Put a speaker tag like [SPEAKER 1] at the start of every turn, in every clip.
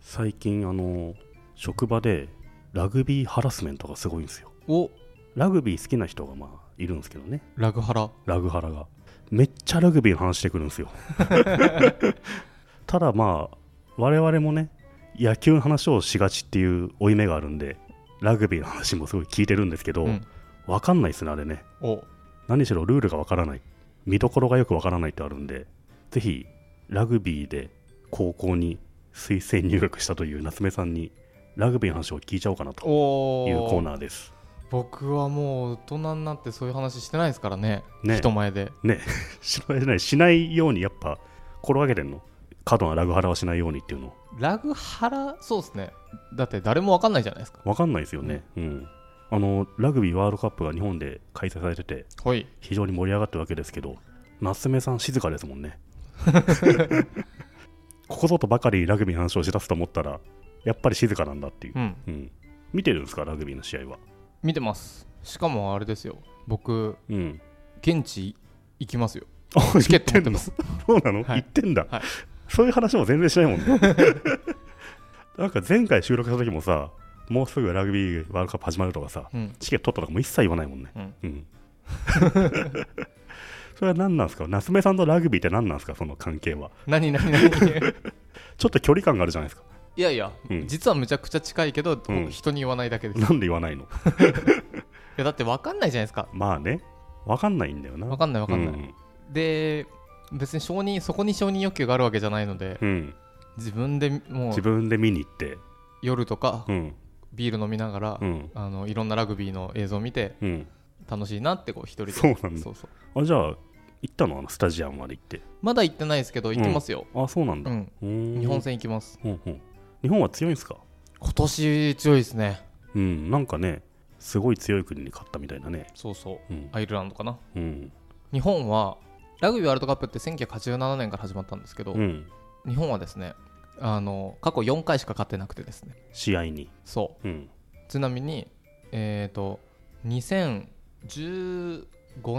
[SPEAKER 1] 最近あの職場でラグビーハラスメントがすごいんですよ
[SPEAKER 2] お
[SPEAKER 1] ラグビー好きな人がまあいるんですけどね
[SPEAKER 2] ラグハラ
[SPEAKER 1] ラグハラがめっちゃラグビーの話してくるんです よただまあ我々もね野球の話をしがちっていう負い目があるんでラグビーの話もすごい聞いてるんですけど、
[SPEAKER 2] う
[SPEAKER 1] わ
[SPEAKER 2] ん
[SPEAKER 1] 分かんないですねあれね
[SPEAKER 2] お
[SPEAKER 1] 何しろルールがわからない見どころがよくわからないってあるんでぜひラグビーで高校に推薦入学したという夏目さんにラグビーの話を聞いちゃおうかなと
[SPEAKER 2] お
[SPEAKER 1] いうコー
[SPEAKER 2] ー
[SPEAKER 1] ナーです
[SPEAKER 2] 僕はもう大人になってそういう話してないですからね
[SPEAKER 1] ね
[SPEAKER 2] 人前で
[SPEAKER 1] ね しないしないようにやっぱ心がけてんの過度なラグハラはしないようにっていうの
[SPEAKER 2] ラグハラそうですねだって誰もわかんないじゃないですか
[SPEAKER 1] わかんないですよねうんあのラグビーワールドカップが日本で開催されてて
[SPEAKER 2] ほい
[SPEAKER 1] 非常に盛り上がってるわけですけど夏目さん静かですもん ねここぞとばかりラグビーの話をしだすと思ったらやっぱり静かなんだっていう
[SPEAKER 2] う、ん
[SPEAKER 1] うん見てるんですかラグビーの試合は
[SPEAKER 2] 見てますしかもあれですよ僕
[SPEAKER 1] うん
[SPEAKER 2] 現地行き ますよ
[SPEAKER 1] チ
[SPEAKER 2] チケット持って
[SPEAKER 1] の
[SPEAKER 2] ま
[SPEAKER 1] そ
[SPEAKER 2] す
[SPEAKER 1] うなの、
[SPEAKER 2] は
[SPEAKER 1] 言
[SPEAKER 2] い
[SPEAKER 1] ってんだ、
[SPEAKER 2] はい
[SPEAKER 1] そういう話も全然しないもんね なんか前回収録した時もさもうすぐラグビーワールドカップ始まるとかさ
[SPEAKER 2] うん
[SPEAKER 1] チケット取ったとかも一切言わないもんね
[SPEAKER 2] うん
[SPEAKER 1] うんそれは何なんですか夏目さんとラグビーって何なんですかその関係は
[SPEAKER 2] 何 何何
[SPEAKER 1] ちょっと距離感があるじゃないですか
[SPEAKER 2] いやいや、
[SPEAKER 1] うん
[SPEAKER 2] 実はむちゃくちゃ近いけど、
[SPEAKER 1] うん
[SPEAKER 2] 人に言わないだけですい
[SPEAKER 1] なんで言わないの
[SPEAKER 2] やだってわかんないじゃないですか
[SPEAKER 1] まあね、わかんないんだよな。
[SPEAKER 2] わかんないわかんない、
[SPEAKER 1] い。
[SPEAKER 2] で別に承認そこに承認欲求があるわけじゃないので
[SPEAKER 1] うん、
[SPEAKER 2] 自分でも
[SPEAKER 1] 自
[SPEAKER 2] う
[SPEAKER 1] 分で見に行って、
[SPEAKER 2] 夜とか
[SPEAKER 1] うん、
[SPEAKER 2] ビール飲みながら、
[SPEAKER 1] うん、
[SPEAKER 2] あのいろんなラグビーの映像を見て
[SPEAKER 1] うん。
[SPEAKER 2] 楽しいなってこう一人で
[SPEAKER 1] そうなんだ
[SPEAKER 2] そ。うそう
[SPEAKER 1] あ、じゃあ、行ったのあのスタジアムまで行って。
[SPEAKER 2] まだ行ってないですけど行ってますよ、
[SPEAKER 1] あ、そうなん
[SPEAKER 2] う
[SPEAKER 1] だ。
[SPEAKER 2] ん
[SPEAKER 1] うーん
[SPEAKER 2] 日本。戦行きます
[SPEAKER 1] うんうん日本は強いんですか
[SPEAKER 2] 今年強いですね
[SPEAKER 1] うん、なんかね、すごい強い国に勝ったみたいなね。
[SPEAKER 2] そうそう
[SPEAKER 1] うん、
[SPEAKER 2] アイルランドかな
[SPEAKER 1] うん、
[SPEAKER 2] 日本はラグビーワールドカップって1987年から始まったんですけど、
[SPEAKER 1] うん。
[SPEAKER 2] 日本はですねあの過去4回しか勝ってなくてですね
[SPEAKER 1] 試合に。
[SPEAKER 2] そ
[SPEAKER 1] うん、
[SPEAKER 2] うちなみにえっ、と2015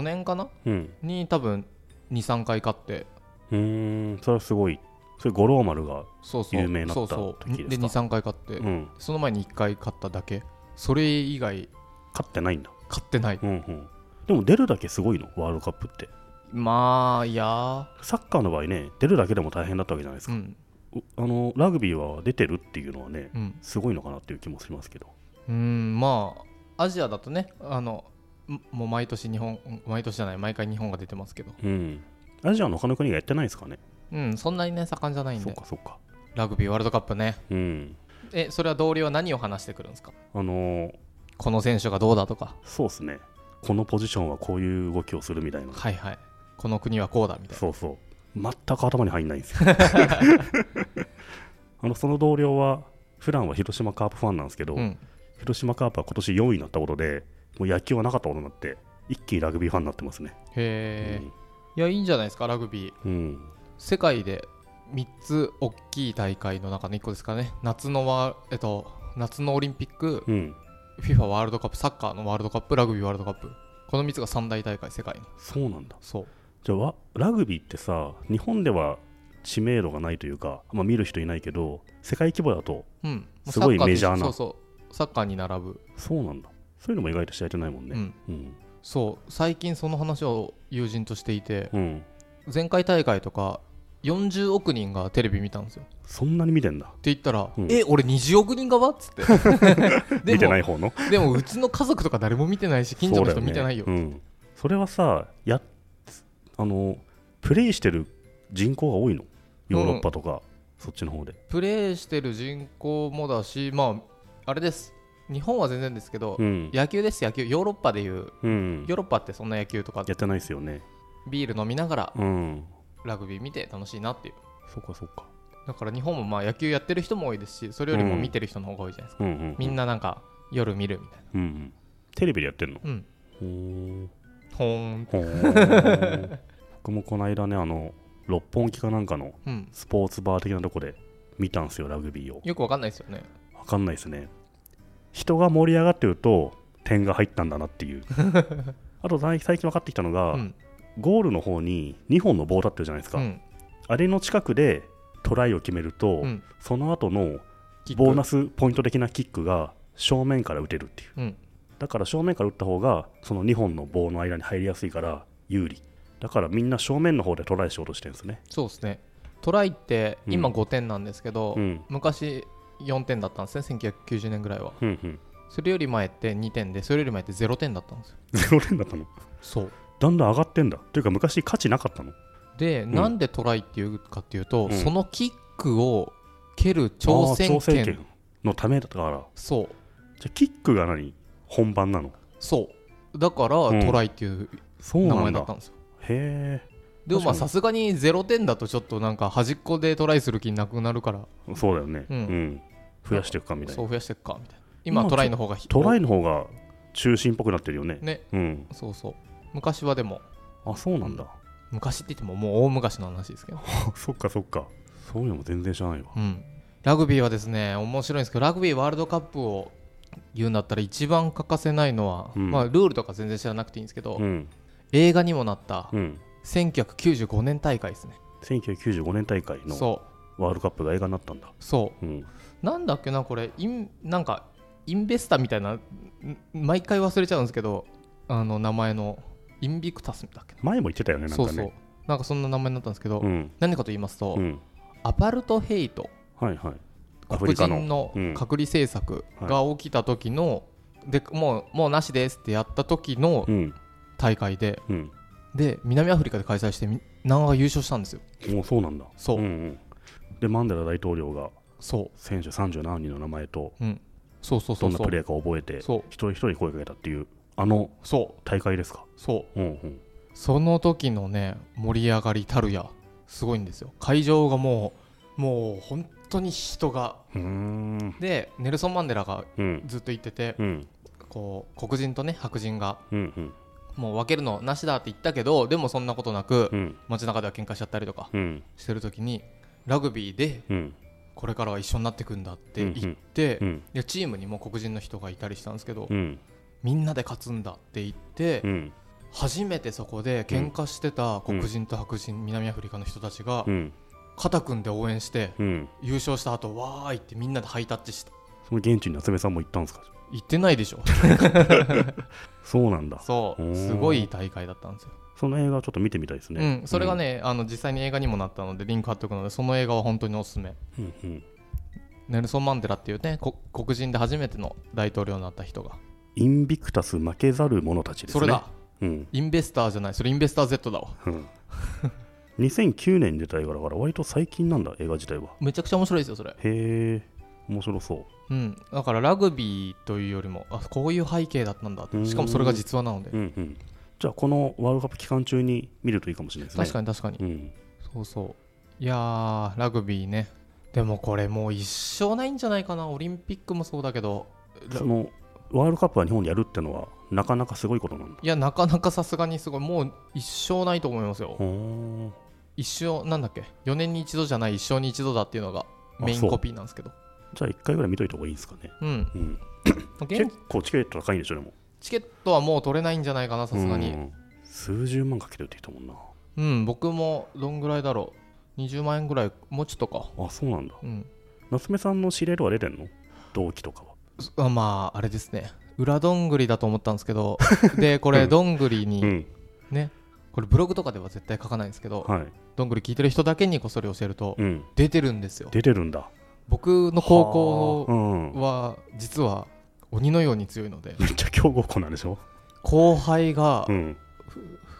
[SPEAKER 2] 年かな
[SPEAKER 1] うん。
[SPEAKER 2] に多分23回勝って
[SPEAKER 1] うーん、それはすごい。それ、五郎丸が、
[SPEAKER 2] そうそう
[SPEAKER 1] 有名になった
[SPEAKER 2] そう
[SPEAKER 1] 時です
[SPEAKER 2] そう
[SPEAKER 1] か
[SPEAKER 2] で23回勝って、
[SPEAKER 1] うん、
[SPEAKER 2] その前に1回勝っただけそれ以外
[SPEAKER 1] 勝ってないんだ。
[SPEAKER 2] 勝ってない
[SPEAKER 1] うん、うん。でも出るだけすごいの、ワールドカップって。
[SPEAKER 2] まあいやー
[SPEAKER 1] サッカーの場合ね、出るだけでも大変だったわけじゃないですか
[SPEAKER 2] うん
[SPEAKER 1] うあのラグビーは出てるっていうのはね
[SPEAKER 2] うん、
[SPEAKER 1] すごいのかなっていう気もしますけど
[SPEAKER 2] うん、まあアジアだとねあのんもう毎年日本毎年じゃない毎回日本が出てますけど
[SPEAKER 1] うんアジアの他の国がやってないですかね
[SPEAKER 2] うんそんなにね盛んじゃないん
[SPEAKER 1] そう
[SPEAKER 2] で
[SPEAKER 1] かそうか
[SPEAKER 2] ラグビーワールドカップね
[SPEAKER 1] うん
[SPEAKER 2] えそれは同僚は何を話してくるんですか
[SPEAKER 1] あのー
[SPEAKER 2] この選手がどうだとか
[SPEAKER 1] そうっすねこのポジションはこういう動きをするみたいな、
[SPEAKER 2] はいはいこの国はこうだみたい
[SPEAKER 1] そうそう全く頭に入んないんです よあのその同僚は普段は広島カープファンなんですけど、
[SPEAKER 2] なうん
[SPEAKER 1] 広島カープは今年4位になったことでもう野球はなかったことになって一気にラグビーファンになってますね、
[SPEAKER 2] へえ、いやいいんじゃないですかラグビー
[SPEAKER 1] うんうん
[SPEAKER 2] 世界で3つ大きい大会の中の1個ですからね夏のワえっと夏のオリンピック
[SPEAKER 1] うん
[SPEAKER 2] FIFA ワールドカップサッカーのワールドカップラグビーワールドカップこの3つが3大大会世界の
[SPEAKER 1] そうなんだ
[SPEAKER 2] そう
[SPEAKER 1] じゃあわラグビーってさ日本では知名度がないというか、まあ、見る人いないけど世界規模だと
[SPEAKER 2] うんもう
[SPEAKER 1] すごい
[SPEAKER 2] サッカと
[SPEAKER 1] メジャーな
[SPEAKER 2] そうそうサッカーに並ぶ、
[SPEAKER 1] そうなんだそういうのも意外と知られてないもん
[SPEAKER 2] う
[SPEAKER 1] ね
[SPEAKER 2] ん、
[SPEAKER 1] うん
[SPEAKER 2] そう最近その話を友人としていて
[SPEAKER 1] うん、
[SPEAKER 2] 前回大会とか40億人がテレビ見たんですよっ
[SPEAKER 1] そんなに見てんだ
[SPEAKER 2] て言ったら「
[SPEAKER 1] うん
[SPEAKER 2] え俺20億人側?」っつってでも
[SPEAKER 1] 見てない方の
[SPEAKER 2] でもうちの家族とか誰も見てないし近所の人見てないよ
[SPEAKER 1] そうだねうん、それはさやあのプレイしてる人口が多いのヨーロッパとか、そっちの方で
[SPEAKER 2] プレーしてる人口もだしまああれです日本は全然ですけど、
[SPEAKER 1] うん、
[SPEAKER 2] 野球です野球ヨーロッパでいう
[SPEAKER 1] うん、
[SPEAKER 2] ヨーロッパってそんな野球とか
[SPEAKER 1] やってないですよね
[SPEAKER 2] ビール飲みながら
[SPEAKER 1] うん
[SPEAKER 2] ラグビー見て楽しいなっていう
[SPEAKER 1] そっかそっか
[SPEAKER 2] だから日本もまあ野球やってる人も多いですしそれよりも見てる人の方が多いじゃないですか、
[SPEAKER 1] うんうん
[SPEAKER 2] みんななんか夜見るみたいな
[SPEAKER 1] うんうんテレビでやってんの
[SPEAKER 2] うん
[SPEAKER 1] ほー
[SPEAKER 2] ほーん
[SPEAKER 1] ほー僕もこの間ねあの六本木かなんかの
[SPEAKER 2] うん
[SPEAKER 1] スポーツバー的なとこで見たんですよラグビーを
[SPEAKER 2] よくわかんないですよね
[SPEAKER 1] 分かんないですね人が盛り上がってると点が入ったんだなって いうあと最最近分かってきたのが、
[SPEAKER 2] うん
[SPEAKER 1] ゴールの方に2本の棒立ってるじゃないですか、
[SPEAKER 2] うん
[SPEAKER 1] あれの近くでトライを決めると、
[SPEAKER 2] うん
[SPEAKER 1] その後の
[SPEAKER 2] キック
[SPEAKER 1] ボーナスポイント的なキックが正面から打てるっていう
[SPEAKER 2] うん
[SPEAKER 1] だから正面から打った方がその2本の棒の間に入りやすいから有利だからみんな正面の方でトライしようとしてるんですね
[SPEAKER 2] そうですねトライって
[SPEAKER 1] うん
[SPEAKER 2] 今5点なんですけど、
[SPEAKER 1] うん
[SPEAKER 2] 昔4点だったんですね1990年ぐらいは
[SPEAKER 1] うんうん
[SPEAKER 2] それより前って2点でそれより前って0点だったんですよ
[SPEAKER 1] 0点だったの
[SPEAKER 2] そう
[SPEAKER 1] だんだん上がってんだというか昔価値なかったの
[SPEAKER 2] で、
[SPEAKER 1] ん
[SPEAKER 2] なんでトライっていうかっていうと、
[SPEAKER 1] うん
[SPEAKER 2] そのキックを蹴る挑
[SPEAKER 1] あ
[SPEAKER 2] 戦
[SPEAKER 1] ー
[SPEAKER 2] 権
[SPEAKER 1] のためだから
[SPEAKER 2] そう
[SPEAKER 1] じゃあキックが何本番なの
[SPEAKER 2] そうだから、
[SPEAKER 1] うん
[SPEAKER 2] トライっていう
[SPEAKER 1] そう
[SPEAKER 2] 名
[SPEAKER 1] な
[SPEAKER 2] 前
[SPEAKER 1] ん
[SPEAKER 2] だ
[SPEAKER 1] だ
[SPEAKER 2] ったんですよ
[SPEAKER 1] へ
[SPEAKER 2] でもまあ
[SPEAKER 1] 確か
[SPEAKER 2] さ
[SPEAKER 1] に
[SPEAKER 2] すがに0点だとちょっとなんか端っこでトライする気なくなるから
[SPEAKER 1] えそうだよねう
[SPEAKER 2] うんん、
[SPEAKER 1] 増やしていくかみたいな
[SPEAKER 2] そう増やしていくかみたいな
[SPEAKER 1] 今
[SPEAKER 2] 今
[SPEAKER 1] ちょ
[SPEAKER 2] トライの方がひ
[SPEAKER 1] トライの方が中心っぽくなってるよね
[SPEAKER 2] ね
[SPEAKER 1] うん
[SPEAKER 2] そうそう昔はでも
[SPEAKER 1] あそうなんだ、
[SPEAKER 2] 昔って言ってももう大昔の話です けど、
[SPEAKER 1] あそっかそっかそういうのも全然知らないわ
[SPEAKER 2] うん、ラグビーはですね面白いんですけどラグビーワールドカップを言うんだったら一番欠かせないのは、
[SPEAKER 1] うん
[SPEAKER 2] まあ、ルールとか全然知らなくていいんですけど、
[SPEAKER 1] うん
[SPEAKER 2] 映画にもなった
[SPEAKER 1] うん
[SPEAKER 2] 1995年大会ですね
[SPEAKER 1] 1995年大会の
[SPEAKER 2] そ
[SPEAKER 1] ワールドカップが映画になったんだ
[SPEAKER 2] うそ
[SPEAKER 1] うん
[SPEAKER 2] うなんだっけなこれインなんかインベスタみたいなん毎回忘れちゃうんですけどあの名前のインビクタスだっけな
[SPEAKER 1] 前も言ってたよねなんかね
[SPEAKER 2] そうそうなんかそんな名前になったんですけど、
[SPEAKER 1] うん
[SPEAKER 2] 何かと言いますと、
[SPEAKER 1] うん
[SPEAKER 2] アパルトヘイト
[SPEAKER 1] はいはいアフ
[SPEAKER 2] 黒
[SPEAKER 1] リカの
[SPEAKER 2] 人の
[SPEAKER 1] うん
[SPEAKER 2] 隔離政策が起きた時の、でもうもうなしですってやった時の
[SPEAKER 1] うん
[SPEAKER 2] 大会で
[SPEAKER 1] うん
[SPEAKER 2] で南アフリカで開催してみ南アが優勝したんですよ
[SPEAKER 1] もうそうなんだ
[SPEAKER 2] そう、
[SPEAKER 1] んんでマンデラ大統領が
[SPEAKER 2] そ
[SPEAKER 1] 選手37人の名前と
[SPEAKER 2] う、うん、そうそうそ
[SPEAKER 1] ど
[SPEAKER 2] うん
[SPEAKER 1] な
[SPEAKER 2] そう
[SPEAKER 1] プレーか覚えて
[SPEAKER 2] そう
[SPEAKER 1] 一人一人声かけたっていうあの
[SPEAKER 2] そう
[SPEAKER 1] 大会ですか
[SPEAKER 2] そう
[SPEAKER 1] うんうん
[SPEAKER 2] その時のね盛り上がりたるやすごいんですよ会場がもうもう本当に人が
[SPEAKER 1] うーん
[SPEAKER 2] でネルソン・マンデラが
[SPEAKER 1] うん
[SPEAKER 2] ずっと言ってて
[SPEAKER 1] うん
[SPEAKER 2] こう黒人とね白人が
[SPEAKER 1] うんうん
[SPEAKER 2] もう分けるのなしだって言ったけどでもそんなことなく
[SPEAKER 1] うん
[SPEAKER 2] 街中では喧嘩しちゃったりとか
[SPEAKER 1] うん
[SPEAKER 2] してる時にラグビーで
[SPEAKER 1] うん
[SPEAKER 2] これからは一緒になってくんだって言っ
[SPEAKER 1] う
[SPEAKER 2] て
[SPEAKER 1] ん
[SPEAKER 2] でチームにも黒人の人がいたりしたんですけど
[SPEAKER 1] うん
[SPEAKER 2] みんなで勝つんだって言って
[SPEAKER 1] うん
[SPEAKER 2] 初めてそこで喧嘩してた黒人と白人南アフリカの人たちが
[SPEAKER 1] うん
[SPEAKER 2] 肩組んで応援して
[SPEAKER 1] うん
[SPEAKER 2] 優勝した後わーいってみんなでハイタッチした
[SPEAKER 1] その現地に夏目さんも行ったんですか
[SPEAKER 2] 言ってないで しょ
[SPEAKER 1] そうなんだ
[SPEAKER 2] そ
[SPEAKER 1] おー
[SPEAKER 2] うすごい大会だったんですよ、
[SPEAKER 1] その映画ちょっと見てみたいですね
[SPEAKER 2] うん、それがね、あの実際に映画にもなったのでリンク貼っておくのでその映画は本当におすすめ
[SPEAKER 1] うんうん
[SPEAKER 2] ネルソン・マンデラっていうねこ黒人で初めての大統領になった人が、
[SPEAKER 1] インビクタス負けざる者たちですね
[SPEAKER 2] それだ
[SPEAKER 1] うん
[SPEAKER 2] インベスターじゃないそれインベスター Z だわ
[SPEAKER 1] うん2009年に出た映画だから割と最近なんだ映画自体は
[SPEAKER 2] めちゃくちゃ面白いですよそれ
[SPEAKER 1] へえ面白そう
[SPEAKER 2] うんだからラグビーというよりもあこういう背景だったんだっ
[SPEAKER 1] うー
[SPEAKER 2] て
[SPEAKER 1] ん
[SPEAKER 2] しかもそれが実話なので
[SPEAKER 1] うんうん、じゃあこのワールドカップ期間中に見るといいかもしれないですね。
[SPEAKER 2] 確かに確かに
[SPEAKER 1] に、うん、
[SPEAKER 2] そうそういやーラグビーねでもこれもう一生ないんじゃないかなオリンピックもそうだけどラ
[SPEAKER 1] そのワールドカップは日本でやるってのはなかなかすごいことなんだ。
[SPEAKER 2] いやなかなかさすがにすごいもう一生ないと思いますよ
[SPEAKER 1] ほー
[SPEAKER 2] 一生なんだっけ4年に一度じゃない一生に一度だっていうのがメイ
[SPEAKER 1] あ
[SPEAKER 2] ン
[SPEAKER 1] そう
[SPEAKER 2] コピーなんですけど
[SPEAKER 1] じゃあ1回ぐらい見といた方がいいんですかね。
[SPEAKER 2] うん
[SPEAKER 1] うん、
[SPEAKER 2] 現
[SPEAKER 1] 結構チケット高いんでしょ、でも。
[SPEAKER 2] チケットはもう取れないんじゃないかなさすが
[SPEAKER 1] う
[SPEAKER 2] に
[SPEAKER 1] ん数十万かけてるって言ったもん
[SPEAKER 2] うん、僕もどんぐらいだろう20万円ぐらいもうちょっとか
[SPEAKER 1] な。あ、そうなんだ。
[SPEAKER 2] うん
[SPEAKER 1] 夏目さんの知り合いとか出てんの同期とかは。
[SPEAKER 2] そあまああれですね裏どんぐりだと思ったんですけどでこれどんぐり
[SPEAKER 1] う
[SPEAKER 2] に
[SPEAKER 1] ん、
[SPEAKER 2] ねこれブログとかでは絶対書かないんですけど
[SPEAKER 1] はい。
[SPEAKER 2] どんぐり聞いてる人だけにこっそり教えると
[SPEAKER 1] うん、
[SPEAKER 2] 出てるんですよ
[SPEAKER 1] 出てるんだ。
[SPEAKER 2] 僕の高
[SPEAKER 1] う
[SPEAKER 2] 校
[SPEAKER 1] ん、
[SPEAKER 2] は実は鬼のように強いので
[SPEAKER 1] めっちゃ強豪校なんでしょ。
[SPEAKER 2] 後輩が
[SPEAKER 1] うん、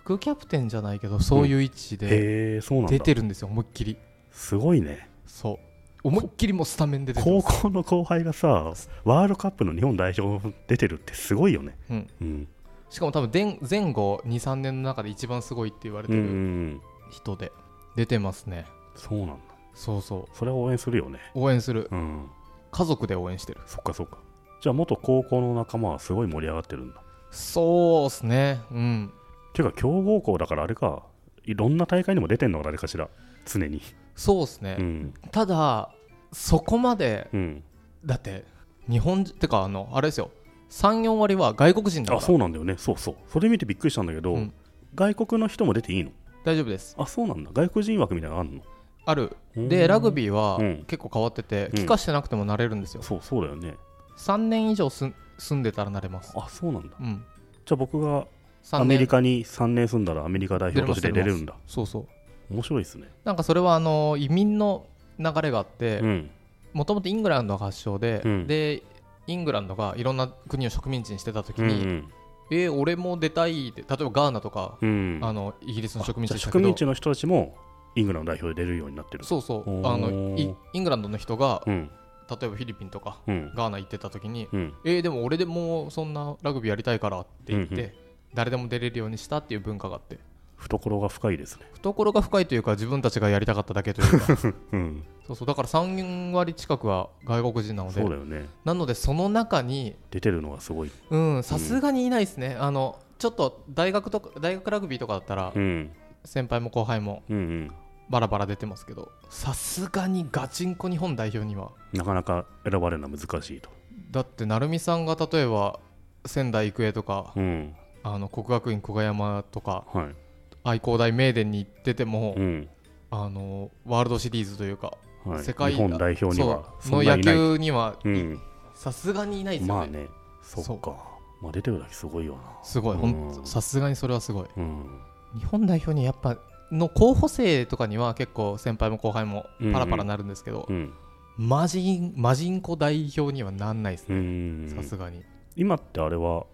[SPEAKER 2] 副キャプテンじゃないけどそういう位置で
[SPEAKER 1] へえ、そうなんだ。
[SPEAKER 2] 出てるんですよ思いっきり
[SPEAKER 1] すごいね。
[SPEAKER 2] そう思いっきりもうスタメンで出てま
[SPEAKER 1] 高
[SPEAKER 2] す
[SPEAKER 1] 校の後輩がさワールドカップの日本代表出てるってすごいよね
[SPEAKER 2] うん
[SPEAKER 1] うん
[SPEAKER 2] しかも多分でん前後23年の中で一番すごいって言われ
[SPEAKER 1] う
[SPEAKER 2] て
[SPEAKER 1] んう
[SPEAKER 2] る
[SPEAKER 1] ん
[SPEAKER 2] 人で出てますね
[SPEAKER 1] そうなんだ
[SPEAKER 2] そうそう
[SPEAKER 1] それは応援するよね
[SPEAKER 2] 応援する
[SPEAKER 1] うん
[SPEAKER 2] 家族で応援してる
[SPEAKER 1] そっかそっかじゃあ元高校の仲間はすごい盛り上がってるんだ
[SPEAKER 2] そうっすねうん
[SPEAKER 1] ていうか強豪校だからあれかいろんな大会にも出てんのか誰かしら常に
[SPEAKER 2] そうっすね、
[SPEAKER 1] うん
[SPEAKER 2] ただそこまで
[SPEAKER 1] うん
[SPEAKER 2] だって日本人てかあのあれですよ34割は外国人だ
[SPEAKER 1] あ
[SPEAKER 2] から
[SPEAKER 1] そうなんだよねそうそうそれ見てびっくりしたんだけど、
[SPEAKER 2] うん
[SPEAKER 1] 外国の人も出ていいの
[SPEAKER 2] 大丈夫です
[SPEAKER 1] あそうなんだ外国人枠みたいなのあるの
[SPEAKER 2] ある
[SPEAKER 1] うん
[SPEAKER 2] でラグビーは
[SPEAKER 1] うん
[SPEAKER 2] 結構変わってて
[SPEAKER 1] ん
[SPEAKER 2] 帰化してなくてもなれるんですよ
[SPEAKER 1] そうそうだよね
[SPEAKER 2] 3年以上すん住んでたらなれます
[SPEAKER 1] あそうなんだ
[SPEAKER 2] うん
[SPEAKER 1] じゃあ僕が
[SPEAKER 2] 3
[SPEAKER 1] アメリ
[SPEAKER 2] 年
[SPEAKER 1] カに3年住んだらアメリカ代表として出れるんだ
[SPEAKER 2] そうそう
[SPEAKER 1] 面白いですね
[SPEAKER 2] なんかそれはあの移民の流れがあって
[SPEAKER 1] うん
[SPEAKER 2] もともとイングランドが発祥で、
[SPEAKER 1] うん
[SPEAKER 2] でイングランドがいろんな国を植民地にしてた時
[SPEAKER 1] う
[SPEAKER 2] に、
[SPEAKER 1] んうん
[SPEAKER 2] えー俺も出たいって例えばガーナとか、
[SPEAKER 1] うん
[SPEAKER 2] あのイギリスの植民地
[SPEAKER 1] じゃあ
[SPEAKER 2] でした
[SPEAKER 1] 植
[SPEAKER 2] けど
[SPEAKER 1] 民地の人たちもイングランド代表で出れるようになってる
[SPEAKER 2] そうそう
[SPEAKER 1] おー
[SPEAKER 2] あのイイングランドの人が
[SPEAKER 1] うん
[SPEAKER 2] 例えばフィリピンとか
[SPEAKER 1] うん
[SPEAKER 2] ガーナ行ってた時に、
[SPEAKER 1] うん
[SPEAKER 2] えーでも俺でもそんなラグビーやりたいからって言って、
[SPEAKER 1] うんうん
[SPEAKER 2] 誰でも出れるようにしたっていう文化があって
[SPEAKER 1] 懐が深いですね
[SPEAKER 2] 懐が深いというか自分たちがやりたかっただけと いうか
[SPEAKER 1] うん
[SPEAKER 2] そうそうだから3割近くは外国人なので
[SPEAKER 1] そうだよね
[SPEAKER 2] なのでその中に
[SPEAKER 1] 出てるのがすごい
[SPEAKER 2] うん、さすがにいないですね、あのちょっと大学とか大学ラグビーとかだったら
[SPEAKER 1] うん
[SPEAKER 2] 先輩も後輩も
[SPEAKER 1] うんうん
[SPEAKER 2] バラバラ出てますけどさすがにガチンコ日本代表には
[SPEAKER 1] なかなか選ばれるのは難しいと
[SPEAKER 2] だって成美さんが例えば仙台育英とか
[SPEAKER 1] うん
[SPEAKER 2] あの国学院久我山とか
[SPEAKER 1] はい
[SPEAKER 2] 愛工大名電に行ってても、
[SPEAKER 1] うん
[SPEAKER 2] あのワールドシリーズというか、
[SPEAKER 1] はい
[SPEAKER 2] 世界
[SPEAKER 1] 日本代表には
[SPEAKER 2] そう
[SPEAKER 1] そ
[SPEAKER 2] の
[SPEAKER 1] んな
[SPEAKER 2] 野
[SPEAKER 1] にいない
[SPEAKER 2] 球には
[SPEAKER 1] うん
[SPEAKER 2] さすがにいないですよね,、
[SPEAKER 1] まあねそ
[SPEAKER 2] そ
[SPEAKER 1] っ
[SPEAKER 2] う
[SPEAKER 1] かまあ出てるだけすごいよな
[SPEAKER 2] すごいほん
[SPEAKER 1] うん
[SPEAKER 2] さすがにそれはすごい
[SPEAKER 1] うん
[SPEAKER 2] 日本代表にやっぱの候補生とかには結構先輩も後輩もパラパラなるんですけど、
[SPEAKER 1] うん
[SPEAKER 2] マジンマジンコ代表にはなんないです
[SPEAKER 1] う
[SPEAKER 2] ね、
[SPEAKER 1] ん
[SPEAKER 2] さすがに
[SPEAKER 1] 今ってあれは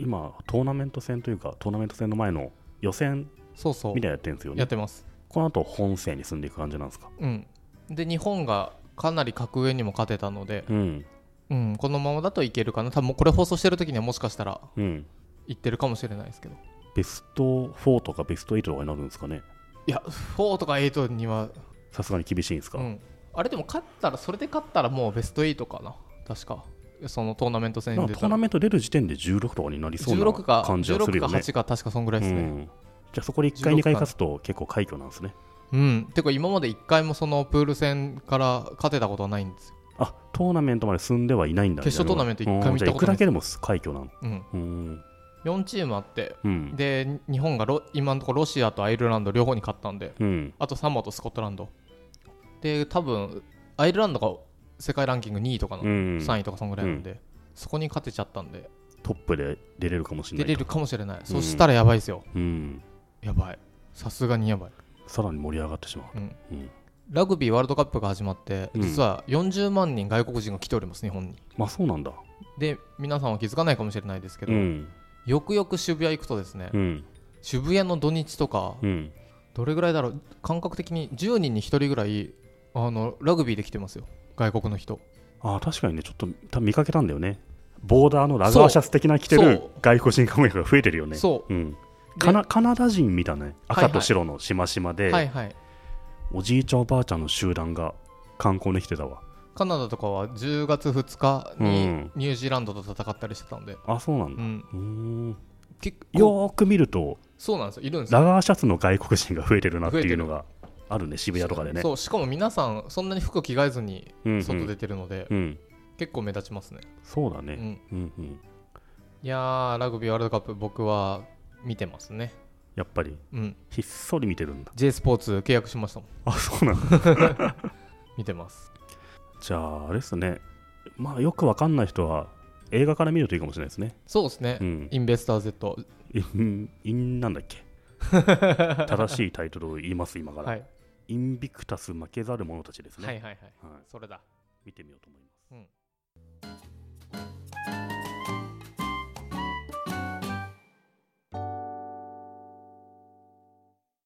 [SPEAKER 1] 今トーナメント戦というかトーナメント戦の前の予選
[SPEAKER 2] そうそう
[SPEAKER 1] みたいなやってるんですよ
[SPEAKER 2] や
[SPEAKER 1] ね
[SPEAKER 2] ってます
[SPEAKER 1] この後本戦に進んでいく感じなんですか
[SPEAKER 2] うんで日本がかなり格上にも勝てたので、
[SPEAKER 1] うん
[SPEAKER 2] うん、このままだといけるかな多分もうこれ放送してる時にはもしかしたら
[SPEAKER 1] うん
[SPEAKER 2] いってるかもしれないですけど
[SPEAKER 1] ベスト4とかベスト8とかになるんですかね
[SPEAKER 2] いや4とか8には、
[SPEAKER 1] さすがに厳しいんですか、
[SPEAKER 2] うん、あれでも勝ったらそれで勝ったらもうベスト8かな確かそのトーナメント戦
[SPEAKER 1] な
[SPEAKER 2] に
[SPEAKER 1] んか
[SPEAKER 2] 出
[SPEAKER 1] トー
[SPEAKER 2] た
[SPEAKER 1] ナ
[SPEAKER 2] ら
[SPEAKER 1] メント出る時点で16とかになりそう
[SPEAKER 2] 16
[SPEAKER 1] な
[SPEAKER 2] か
[SPEAKER 1] 感じはする
[SPEAKER 2] 16か
[SPEAKER 1] よね
[SPEAKER 2] 8か確かそんぐらいですね、
[SPEAKER 1] うんじゃあそこで1回
[SPEAKER 2] 16
[SPEAKER 1] 2回勝つと結構快挙なんですね
[SPEAKER 2] うん、てか今まで1回もそのプール戦から勝てたことはないんですよ、
[SPEAKER 1] あトーナメントまで進んではいないんだ
[SPEAKER 2] 決勝トーナメント一回も行ったこ
[SPEAKER 1] うん
[SPEAKER 2] と
[SPEAKER 1] じゃあ行くだけでも快挙なの
[SPEAKER 2] うん、
[SPEAKER 1] うん
[SPEAKER 2] 4チームあって
[SPEAKER 1] うん
[SPEAKER 2] で日本がロ今のところロシアとアイルランド両方に勝ったんで
[SPEAKER 1] うん
[SPEAKER 2] あとサモアとスコットランドで多分アイルランドが世界ランキング2位とかの、
[SPEAKER 1] うん
[SPEAKER 2] 3位とかそんぐらいなんで、そこに勝てちゃったんで
[SPEAKER 1] トップで出れるかもしれな
[SPEAKER 2] 出
[SPEAKER 1] い
[SPEAKER 2] れるかもしれない、そしたらやばいですよ
[SPEAKER 1] うん
[SPEAKER 2] やばいさすがにやばい
[SPEAKER 1] さらに盛り上がってしまう
[SPEAKER 2] ラグビーワールドカップが始まって
[SPEAKER 1] うん
[SPEAKER 2] 実は40万人外国人が来ております日本に
[SPEAKER 1] まあそうなんだ
[SPEAKER 2] で皆さんは気づかないかもしれないですけど、
[SPEAKER 1] うん
[SPEAKER 2] よくよく渋谷行くとですね、
[SPEAKER 1] うん
[SPEAKER 2] 渋谷の土日とか、
[SPEAKER 1] うん
[SPEAKER 2] どれぐらいだろう感覚的に10人に1人ぐらいあのラグビーで来てますよ外国の人
[SPEAKER 1] あー確かにねちょっと多分見かけたんだよねボーダーのラガーシャツ的な着てる
[SPEAKER 2] そう
[SPEAKER 1] 外国人観光客が増えてるよね、
[SPEAKER 2] そう
[SPEAKER 1] ん、
[SPEAKER 2] う
[SPEAKER 1] カナカナダ人みたいなね
[SPEAKER 2] はい
[SPEAKER 1] 赤と白のしましまで、
[SPEAKER 2] ではいはい
[SPEAKER 1] おじいちゃんおばあちゃんの集団が観光に来てたわ
[SPEAKER 2] カナダとかは10月2日
[SPEAKER 1] う
[SPEAKER 2] に
[SPEAKER 1] ん
[SPEAKER 2] ニュージーランドと戦ったりしてたんで、
[SPEAKER 1] あそうなん
[SPEAKER 2] う
[SPEAKER 1] だ
[SPEAKER 2] ん、
[SPEAKER 1] うーん
[SPEAKER 2] 結構
[SPEAKER 1] よーく見ると
[SPEAKER 2] そうなんですよいるんですよ
[SPEAKER 1] ラガーシャツの外国人が増えてるなっていうのがあるね渋谷とかでね
[SPEAKER 2] そうしかも皆さんそんなに服着替えずに
[SPEAKER 1] うんうん
[SPEAKER 2] 外出てるので、
[SPEAKER 1] うん
[SPEAKER 2] 結構目立ちますね、
[SPEAKER 1] そうだ
[SPEAKER 2] う
[SPEAKER 1] ね
[SPEAKER 2] ん、
[SPEAKER 1] うんうん
[SPEAKER 2] いやーラグビーワールドカップ僕は見てますね、
[SPEAKER 1] やっぱり
[SPEAKER 2] うん、
[SPEAKER 1] ひっそり見てるんだ
[SPEAKER 2] J スポーツ契約しましたもん
[SPEAKER 1] あそうなんだ
[SPEAKER 2] 見てます
[SPEAKER 1] じゃああれですねまあよくわかんない人は映画から見るといいかもしれないですね
[SPEAKER 2] そうですね、
[SPEAKER 1] うん
[SPEAKER 2] インベスター Z
[SPEAKER 1] インインなんだっ け正しいタイトルを言います今から、
[SPEAKER 2] はい
[SPEAKER 1] インビクタス負けざる者たちですね、
[SPEAKER 2] はいはいはい
[SPEAKER 1] はい
[SPEAKER 2] それだ
[SPEAKER 1] 見てみよう